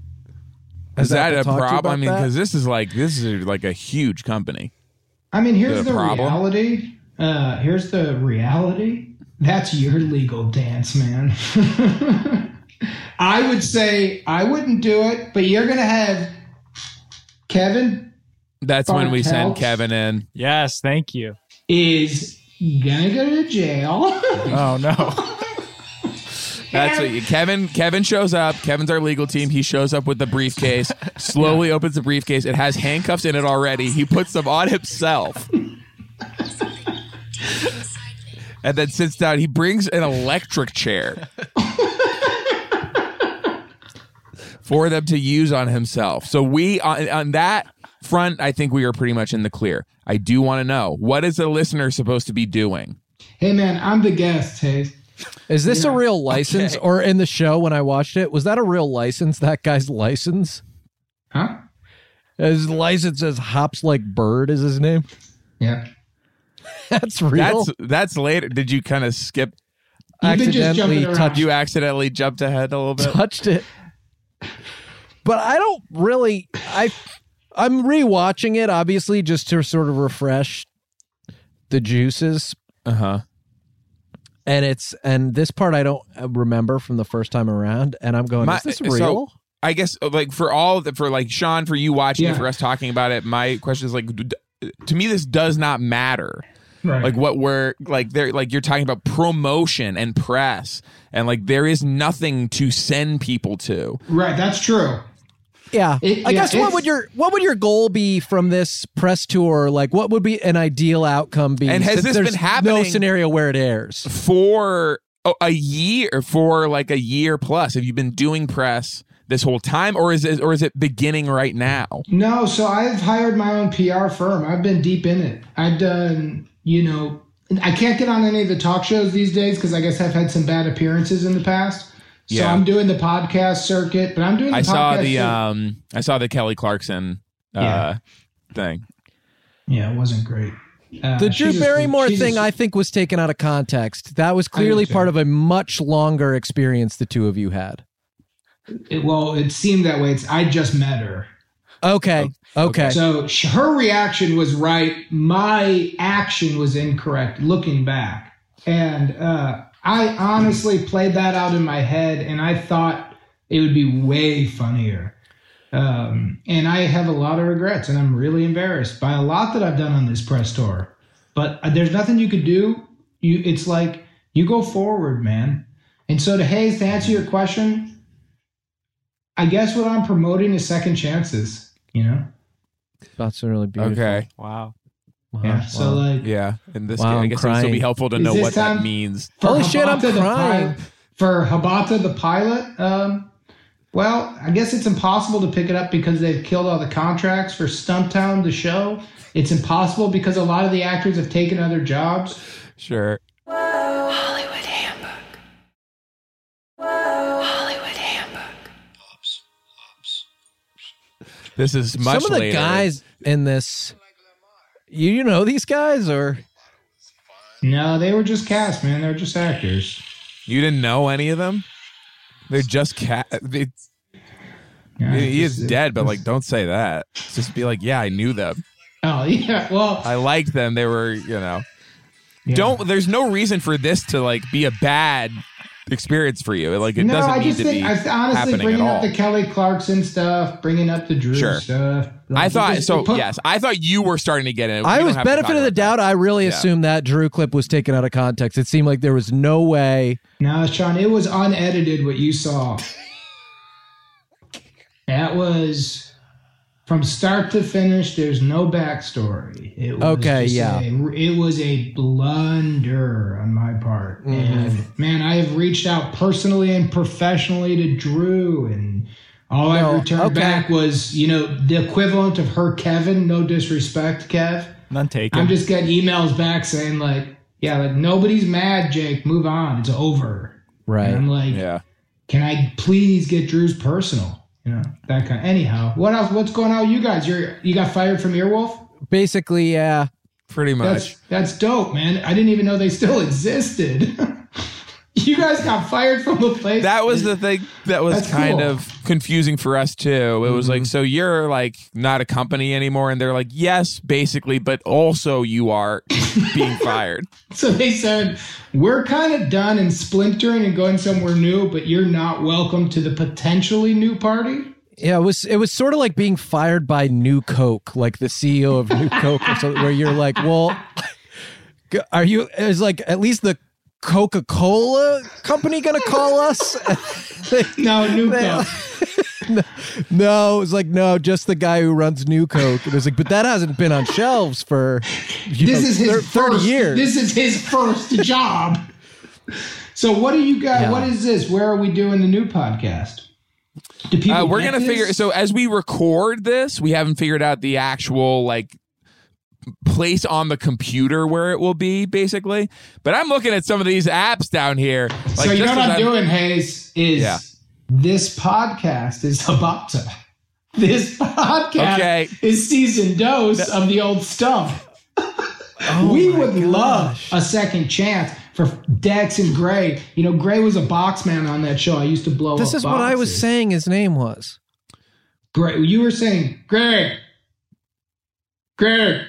S1: is that a problem? I mean, because
S2: because
S1: this is like this is like a huge company.
S3: I mean, here's
S1: the
S3: the,
S1: problem?
S3: reality. Uh, here's the reality. That's your legal dance, man. I would say I wouldn't do it, but you're gonna have Kevin
S1: That's when we send
S3: Bartels?
S1: Kevin in.
S4: Yes, thank you.
S3: is gonna go to jail.
S1: Uh-huh.
S4: Oh no.
S1: That's what you, Kevin. Kevin shows up. Kevin's our legal team. He shows up with the briefcase. Slowly opens the briefcase. It has handcuffs in it already. He puts them on himself. and then sits down. He brings an electric chair for them to use on himself. So we on, on that front, I think we are pretty much in the clear. I do want to know what is the listener supposed to be doing?
S3: hey, man, I'm the guest. Hayes.
S2: is this a real license or in the show when I watched it was that a real license? That guy's license.
S3: huh?
S2: His license says Hops Like Bird is his name.
S3: Yeah.
S2: That's real.
S1: That's that's later. Did you kind of skip
S3: You've been just
S2: Accidentally
S3: jumping around.
S2: touched
S1: You accidentally jumped ahead a little bit.
S2: touched it. But I don't really I I'm rewatching it obviously just to sort of refresh the juices
S1: Uh huh.
S2: and it's and this part I don't uh, remember from the first time around, and I'm going,
S1: My-
S2: is this
S1: so-
S2: real?
S1: I guess uh, like for all the, for like Sean, for you watching it,
S3: Yeah.
S1: for us talking about it, my question is like, d- d- to me, this does not matter.
S3: Right.
S1: Like what we're like there, like you're talking about promotion and press, and like there is nothing to send people to.
S3: right. That's true.
S2: yeah.
S3: It-
S2: I
S3: yeah,
S2: guess what
S3: it's-
S2: would your what would your goal be from this press tour? Like, what would be an ideal outcome be?
S1: And has
S2: since
S1: this been
S2: there's No
S1: happening-
S2: scenario where it airs.
S1: for oh, a year for like a year plus. Have you been doing press this whole time, or is it or is it beginning right now?
S3: No, so I've hired my own PR firm. I've been deep in it. I've done, you know, I can't get on any of the talk shows these days because I guess I've had some bad appearances in the past. So
S1: Yeah.
S3: I'm doing the podcast circuit, but I'm doing. The
S1: I saw
S3: podcast
S1: the
S3: cir-
S1: um I saw the Kelly Clarkson uh
S3: Yeah.
S1: thing.
S3: yeah, it wasn't great. Uh,
S2: The
S3: she's
S2: Drew
S3: a-
S2: Barrymore
S3: she's a-
S2: thing, I think, was taken out of context. That was clearly
S3: understand.
S2: part of a much longer experience the two of you had.
S3: it- well, it seemed that way. It's I just met her,
S2: Okay, okay,
S3: so sh- her reaction was right. My action was incorrect. Looking back, and uh, I honestly played that out in my head, and I thought it would be way funnier. Um, and I have a lot of regrets, and I'm really embarrassed by a lot that I've done on this press tour. But uh, there's nothing you could do. You, it's like you go forward, man. And so, to Hayes, to answer your question, I guess what I'm promoting is second chances. You know,
S2: that's really beautiful.
S1: Okay.
S4: Wow.
S2: Wow,
S3: yeah.
S2: wow.
S3: So like,
S1: Yeah, in this
S2: Wow,
S1: case, I
S2: I'm
S1: guess it would still be
S2: crying.
S1: helpful to
S3: Is
S1: know
S3: this
S1: what that
S3: time-
S1: means.
S3: for
S2: Holy shit, I'm
S3: the
S2: crying.
S3: pilot, for Habata the pilot. Um, well, I guess it's impossible to pick it up because they've killed all the contracts for Stumptown, the show. It's impossible because a lot of the actors have taken other jobs.
S1: Sure.
S5: Hollywood Handbook.
S1: This is much
S2: Some of the
S1: later.
S2: guys in this, you, you know these guys or
S3: No, they were just cast, man. They were just actors.
S1: You didn't know any of them? They're just cat. They,
S3: Yeah,
S1: he is
S3: just-
S1: dead, but like, don't say that. Just be like, yeah, I knew them.
S3: Oh yeah. Well,
S1: I liked them. They were, you know.
S3: yeah.
S1: Don't. There's no reason for this to like be a bad experience for you. Like, it
S3: no,
S1: doesn't
S3: I
S1: need
S3: just
S1: to
S3: think
S1: be
S3: I, honestly
S1: happening at
S3: bringing
S1: all.
S3: up the Kelly Clarkson stuff, bringing up the Drew
S1: Sure.
S3: stuff. like,
S1: I
S3: it
S1: thought
S3: just-
S1: so.
S3: it put-
S1: yes, I thought you were starting to get it. We
S2: I
S1: don't
S2: was
S1: have to talk
S2: benefit of the
S1: about that.
S2: doubt. I really
S1: Yeah.
S2: assumed that Drew clip was taken out of context. It seemed like there was no way.
S3: No, Sean, it was unedited what you saw. that was from start to finish. There's no backstory. It was
S2: Okay,
S3: just
S2: yeah.
S3: a- it was a blunder on my part,
S2: Mm-hmm.
S3: and man, I have reached out personally and professionally to Drew, and all
S2: No,
S3: I returned
S2: okay.
S3: back was you know the equivalent of her Kevin. No disrespect, Kev.
S4: None taken.
S3: I'm just getting emails back saying like, yeah, like nobody's mad, Jake. Move on. It's over. And I'm
S2: Right.
S3: like,
S1: Yeah.
S3: can I please get Drew's personal? You know, that kind. Anyhow, what else? What's going on with you guys? You're you got fired from Earwolf.
S2: Basically, yeah.
S1: Pretty much.
S3: That's that's dope, man. I didn't even know they still existed. you guys got fired from a place
S1: That was the thing that was
S3: That's
S1: kind
S3: cool.
S1: of confusing for us too. It was like, so you're like not a company anymore, and they're like, yes, basically, but also you are being fired.
S3: So they said, We're kind of done and splintering and going somewhere new, but you're not welcome to the potentially new party.
S2: Yeah, it was it was sort of like being fired by New Coke, like the CEO of New Coke or something, where you're like, well, are you? Is like at least the Coca Cola company gonna call us?
S3: No, new Coke.
S2: no, it was like no, just the guy who runs New Coke. It was like, but that hasn't been on shelves for you
S3: This
S2: know,
S3: is his
S2: thir-
S3: first,
S2: thirty years.
S3: This is his first job. So what do you got?
S2: Yeah.
S3: What is this? Where are we doing the new podcast? Do people
S1: Uh, we're
S3: get
S1: gonna
S3: this?
S1: figure. So as we record this, we haven't figured out the actual like place on the computer where it will be, basically. But I'm looking at some of these apps down here. Like
S3: so you
S1: just
S3: know what
S1: as
S3: I'm,
S1: I'm-
S3: doing, Hayes, is
S1: Yeah.
S3: this podcast is about to. This podcast
S1: Okay.
S3: is season dose of the old stuff.
S1: Oh
S2: Oh
S3: we would love a second chance for Dex and Gray. You know, Gray was a box man on that show. I used to blow
S2: This
S3: up
S2: is what I was
S3: boxes.
S2: saying. His name was.
S3: Greg, you were saying Greg, Greg.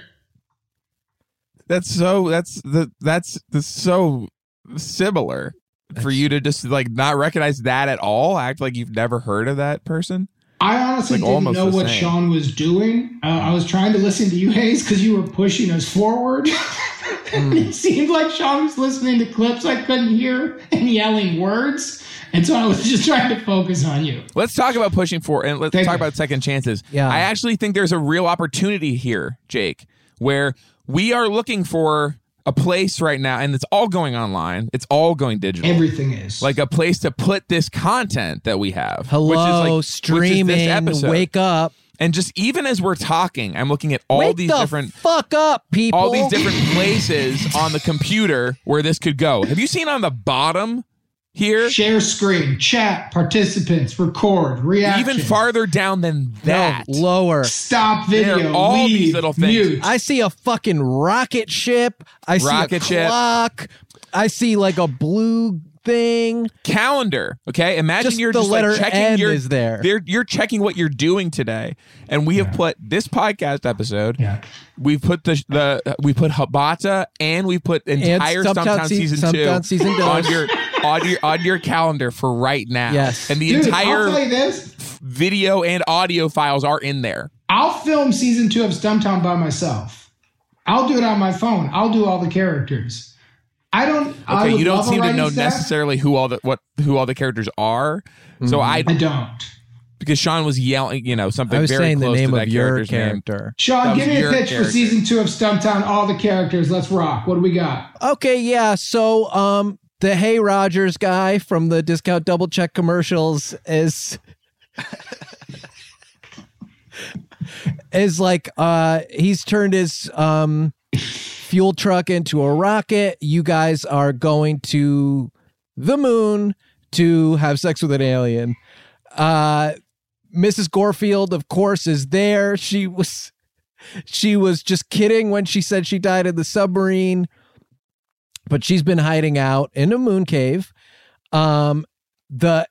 S1: That's so. That's the. That's that's so similar for you to just like not recognize that at all. Act like you've never heard of that person.
S3: I honestly
S1: Like,
S3: didn't
S1: almost
S3: know
S1: the
S3: what
S1: same.
S3: Sean was doing. Uh, I was trying to listen to you, Hayes, because you were pushing us forward. and it seemed like Sean was listening to clips I couldn't hear and yelling words. And so I was just trying to focus on you.
S1: Let's talk about pushing for and let's
S3: Thank
S1: talk
S3: you.
S1: about second chances.
S2: Yeah.
S1: I actually think there's a real opportunity here, Jake, where we are looking for a place right now, and it's all going online. It's all going digital.
S3: Everything is.
S1: like a place to put this content that we have. which is like-
S2: Hello,
S1: which is this
S2: streaming.
S1: episode.
S2: wake up.
S1: and just even as we're talking, I'm looking at all
S2: wake
S1: these
S2: the
S1: different
S2: fuck up, people.
S1: all these different places on the computer where this could go. Have you seen on the bottom here?
S3: share screen, chat, participants, record, reaction.
S1: Even farther down than that.
S2: no, lower.
S3: Stop
S1: There are
S3: video.
S1: all
S3: leave,
S1: these little things.
S3: Mute.
S2: I see a fucking rocket ship. I
S1: Rocket
S2: see a
S1: ship.
S2: clock. I see like a blue thing.
S1: Calendar. Okay. Imagine
S2: Just
S1: you're
S2: the
S1: just
S2: letter
S1: like checking
S2: N
S1: your
S2: is there.
S1: they're- You're checking what you're doing today, and we have put this podcast episode.
S3: Yeah.
S1: We put the the we put Habata and we put entire
S2: Stumptown
S1: Stumptown
S2: se-
S1: season
S2: Stumptown
S1: two
S2: season two.
S1: on your on your on your calendar for right now.
S2: Yes.
S1: and the
S3: Dude,
S1: entire
S3: I'll tell you this.
S1: video and audio files are in there.
S3: I'll film season two of Stumptown by myself. I'll do it on my phone. I'll do all the characters. I don't. I
S1: Okay,
S3: would
S1: you don't
S3: love a
S1: seem to
S3: writing
S1: know
S3: staff.
S1: necessarily who all the what who all the characters are. So I
S3: I don't.
S1: because Sean was yelling, you know, something
S2: Mm-hmm. I was
S1: very
S2: saying the
S1: close
S2: name
S1: to
S2: of
S1: that
S2: your
S1: character's name.
S2: character.
S3: Sean,
S1: That was
S3: give me a
S1: your
S3: pitch for
S1: character.
S3: season two of Stumptown. All the characters. Let's rock. What do we got?
S2: Okay, yeah. So, um, the Hey Rogers guy from the discount double check commercials is is like uh he's turned his um fuel truck into a rocket. You guys are going to the moon to have sex with an alien. Uh Mrs. Gorefield, of course, is there. She was she was just kidding when she said she died in the submarine, but she's been hiding out in a moon cave. Um, the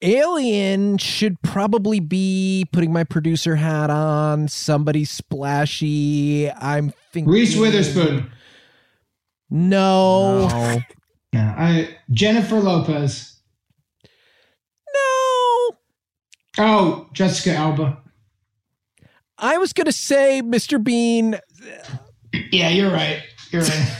S2: alien should probably be putting my producer hat on. Somebody splashy. I'm thinking
S3: Reese Witherspoon.
S2: No, no.
S3: Oh. Yeah, I Jennifer Lopez. Oh, Jessica Alba.
S2: I was gonna say Mr. Bean.
S3: Yeah, you're right. You're right.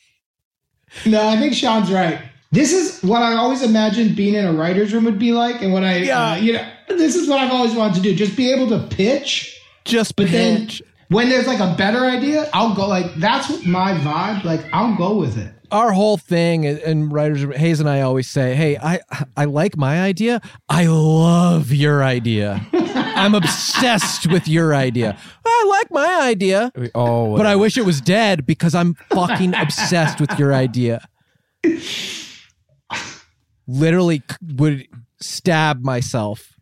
S3: no, I think Sean's right. This is what I always imagined being in a writer's room would be like, and what I,
S2: Yeah.
S3: uh, you know, this is what I've always wanted to do: just be able to pitch.
S2: Just
S3: But then
S2: pitch.
S3: when there's like a better idea, I'll go like that's my vibe. Like I'll go with it.
S2: our whole thing and- and writers Hayes and I always say, "Hey, I I like my idea. I love your idea. I'm obsessed with your idea. I like my idea,
S1: Oh,
S2: but I wish it was dead because I'm fucking obsessed with your idea." Literally c- would stab myself.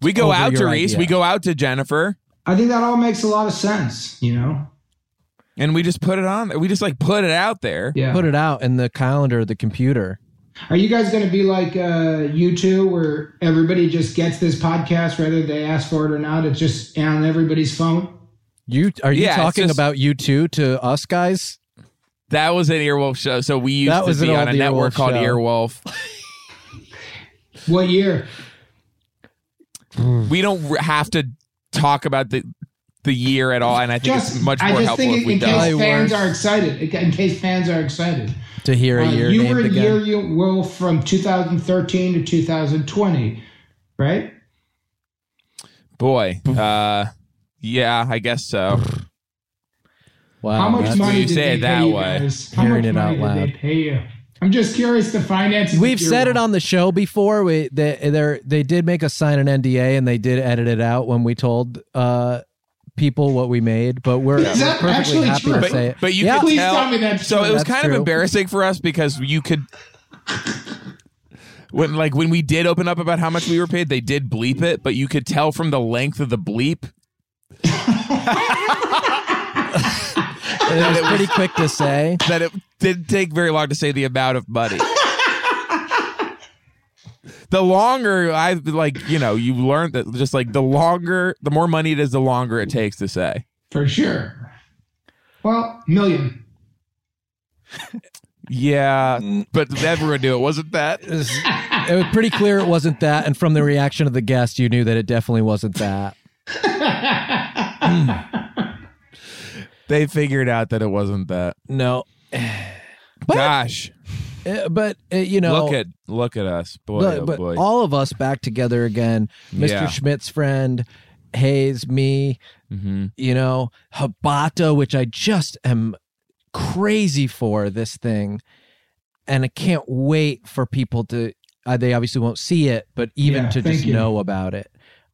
S1: we go
S2: over
S1: out to
S2: your
S1: Reese.
S2: idea.
S1: We go out to Jennifer,
S3: I think that all makes a lot of sense. You know?
S1: and we just put it on. We just like put it out there.
S3: Yeah.
S2: Put it out in the calendar of the computer.
S3: Are you guys going to be like uh, you two, where everybody just gets this podcast, whether they ask for it or not? It's just on everybody's phone.
S2: You are you
S1: Yeah, it's
S2: talking
S1: just-
S2: about you two to us guys?
S1: That was an Earwolf show. So we used
S2: That was
S1: to be
S2: an
S1: on a
S2: old
S1: network
S2: Earwolf
S1: called
S2: show.
S1: Earwolf.
S3: What year?
S1: we don't r- have to talk about the the year at all, and I think
S3: Just
S1: it's much
S3: I
S1: more
S3: just
S1: helpful
S3: think
S1: if
S3: in,
S1: we
S3: in
S1: don't.
S3: case
S2: don't.
S3: fans
S2: Way
S3: are
S2: worse.
S3: excited. In case fans are excited.
S2: to hear a
S3: Uh,
S2: year
S3: you
S2: named
S3: were
S2: again.
S3: year you will from 2013 to 2020, right?
S1: Boy, uh, yeah, I guess so.
S2: Wow,
S3: How much
S2: Um, that's-
S3: money
S1: you say
S3: did they
S1: it that
S3: pay you
S1: way.
S3: guys? How
S2: Hearing
S3: much
S2: it
S3: money
S2: out
S3: did
S2: loud.
S3: they pay you? I'm just curious. The finances.
S2: We've said it on the show before. We they they they did make us sign an NDA and they did edit it out when we told uh people what we made, but we're,
S3: Is that
S2: we're perfectly
S3: actually
S2: happy
S3: true?
S2: to
S1: But,
S2: say it.
S1: but you
S2: Yeah.
S1: could
S3: Please
S1: tell-
S3: tell me that's
S1: So
S3: true.
S1: it was
S2: That's
S1: kind of
S2: true.
S1: embarrassing for us because you could when like when we did open up about how much we were paid, they did bleep it, but you could tell from the length of the bleep.
S2: It was pretty quick to say.
S1: that it didn't take very long to say the amount of money. the longer I like, you know, you learn that just like the longer, the more money it is, the longer it takes to say.
S3: for sure. Well, million.
S1: Yeah, but everyone knew it wasn't that.
S2: It was, it was pretty clear it wasn't that, and from the reaction of the guest, you knew that it definitely wasn't that.
S1: They figured out that it wasn't that.
S2: No, But-
S1: Gosh,
S2: Uh, but uh, you know,
S1: look at look at us, boy,
S2: Look,
S1: oh
S2: but
S1: boy.
S2: all of us back together again. Mr.
S1: Yeah.
S2: Schmidt's friend, Hayes, me,
S1: Mhm.
S2: you know, Habata, which I just am crazy for this thing. And I can't wait for people to, uh, they obviously won't see it, but even
S3: Yeah,
S2: to
S3: thank
S2: just
S3: you.
S2: know about it.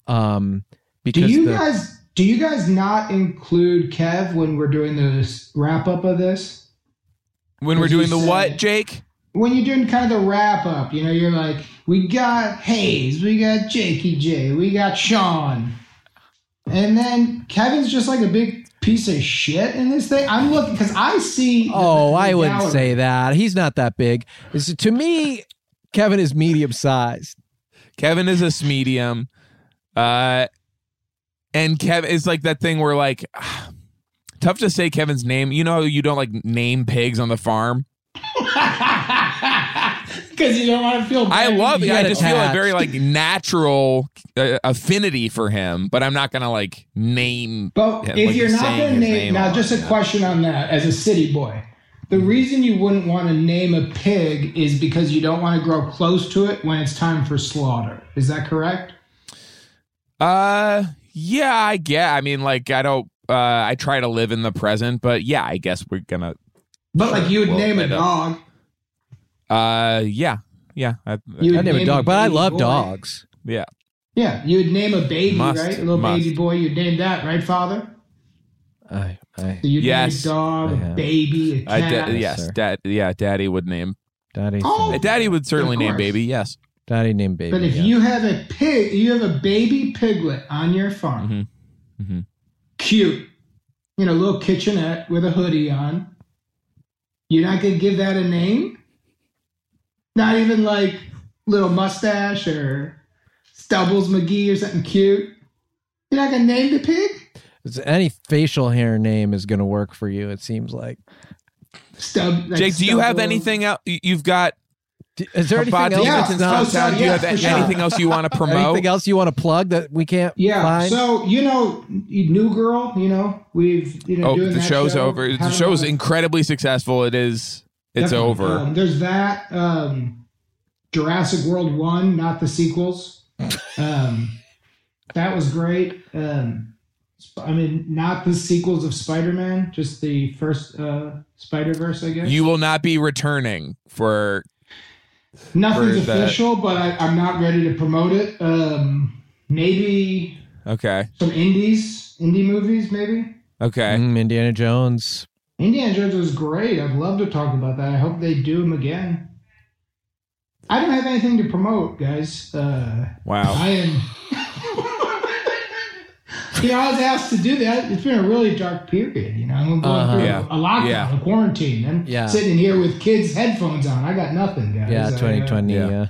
S2: Um,
S3: Do
S2: because
S3: you
S2: the,
S3: guys do you guys not include Kev when we're doing this wrap up of this?
S1: when we're
S3: as you
S1: doing the
S3: said-
S1: what, Jake?
S3: When you're doing kind of the wrap up, you know, you're like, we got Hayes, we got Jakey J, we got Sean, and then Kevin's just like a big piece of shit in this thing. I'm looking because I see. the-
S2: oh,
S3: the
S2: I wouldn't
S3: gallery.
S2: say that. He's not that big. It's- to me, Kevin is medium sized.
S1: Kevin is a medium. Uh and Kevin is like that thing where like tough to say Kevin's name. You know how you don't like name pigs on the farm?
S3: Because you don't want to feel.
S1: I
S3: bad.
S1: love
S2: You
S1: I
S2: get
S1: just feel a
S2: attached.
S1: very like natural uh, affinity for him, but I'm not going to like name
S3: But
S1: Yeah,
S3: if
S1: like
S3: you're
S1: you're
S3: not
S1: saying
S3: going to
S1: his
S3: name,
S1: name a
S3: now,
S1: lot,
S3: just a
S1: yeah.
S3: question on that as a city boy. The reason you wouldn't want to name a pig is because you don't want to grow close to it when it's time for slaughter. Is that correct?
S1: uh yeah, I get. I mean like I don't uh I try to live in the present, but yeah, I guess we're going to
S3: But like you would
S1: Well,
S3: name
S1: I
S3: a
S1: don't-
S3: dog.
S1: uh yeah. Yeah, I,
S3: You
S2: I
S3: would
S2: name a dog, but I
S3: baby
S2: love
S3: boy.
S2: dogs.
S1: yeah.
S3: Yeah, you would name a baby,
S1: Must,
S3: right? A little
S1: must.
S3: baby boy, you'd name that, right, father?
S2: I, I,
S3: So you'd
S1: Yes.
S3: name a dog,
S2: I
S3: a
S2: am.
S3: baby, a
S1: I
S3: cat.
S1: da- yes,
S2: sir.
S1: dad, yeah, daddy would name
S2: Daddy.
S3: Oh,
S1: Uh, Daddy would certainly
S3: Of
S1: name
S3: course.
S1: baby, yes.
S2: Daddy named baby.
S3: But if
S2: yeah.
S3: you have a pig, you have a baby piglet on your farm.
S1: Mhm. Mhm.
S3: Cute. You know, little kitchenette with a hoodie on. You're not going to give that a name? Not even like little mustache or Stubbles McGee or something cute. You're not going to name the pig?
S2: any facial hair name is going to work for you, it seems like.
S3: Stub. like
S1: Jake, do you have
S3: Stubbles.
S1: anything else? You've got
S2: D- Is there anything
S1: Bob
S2: else,
S3: Yeah.
S1: Davidson's
S2: that's not-
S1: hometown.
S3: Oh,
S1: do
S3: so-
S1: you
S3: yeah,
S1: have
S3: for
S1: a-
S3: sure.
S1: anything else you want to promote?
S2: anything else you want to plug that we can't
S3: Yeah.
S2: find?
S3: So, you know, New Girl, you know, we've, you know,
S1: oh,
S3: doing
S1: the
S3: that
S1: show's
S3: show,
S1: over. The
S3: having
S1: show's
S3: fun.
S1: incredibly successful. It is. It's
S3: Definitely.
S2: Oh,
S1: over.
S3: Um, there's that. Um, Jurassic World One, not the sequels. Um, that was great. Um, sp- I mean, not the sequels of Spider Man, just the first uh, Spider Verse, I guess.
S1: you will not be returning for
S3: Nothing's
S1: heard that.
S3: official, but I, I'm not ready to promote it. Um, maybe
S1: okay,
S3: some indies, indie movies, maybe.
S1: okay.
S2: Mm, Indiana Jones.
S3: Indiana Jones was great. I'd love to talk about that. I hope they do them again. I don't have anything to promote, guys. Uh,
S1: Wow.
S3: I am. you know, I was asked to do that. It's been a really dark period. You know, I'm going
S2: Uh-huh.
S3: through
S1: Yeah.
S3: a lockdown,
S1: Yeah.
S3: a quarantine. I'm
S2: Yeah.
S3: sitting in here with kids' headphones on. I got nothing, guys.
S2: Yeah,
S3: I, uh,
S2: 2020.
S1: Yeah.
S2: Yeah.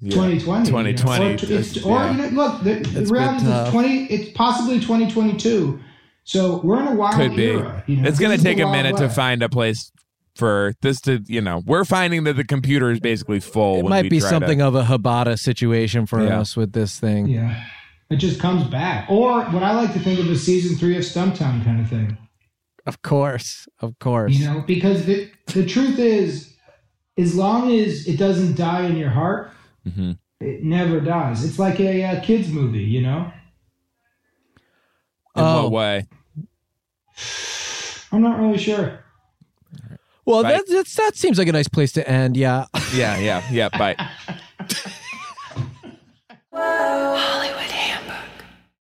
S1: Yeah.
S3: 2020.
S1: 2020,
S3: You know, or, it's-
S1: just-
S3: or,
S1: yeah.
S3: you know, look, the, the
S2: It's
S3: realm
S2: been
S3: is
S2: tough.
S3: 20. It's possibly 2022. So we're in a wild
S1: Could be.
S3: era. you know.
S1: It's gonna
S3: This is the
S1: take a
S3: Wild
S1: minute to
S3: West.
S1: find a place for this to you know. We're finding that the computer is basically full.
S2: It
S1: when we
S2: might be
S1: try
S2: something
S1: To,
S2: of a Habata situation for
S1: Yeah.
S2: us with this thing.
S3: Yeah, it just comes back. Or what I like to think of as season three of Stumptown kind of thing.
S2: Of course. Of course.
S3: You know, because the, the truth is, as long as it doesn't die in your heart,
S1: Mhm.
S3: it never dies. It's like a, uh kids movie, you know.
S1: in
S2: Oh.
S1: what way?
S3: I'm not really sure.
S2: well,
S1: Right.
S2: that, that's, that seems like a nice place to end. Yeah.
S1: Yeah, yeah, yeah. Bye.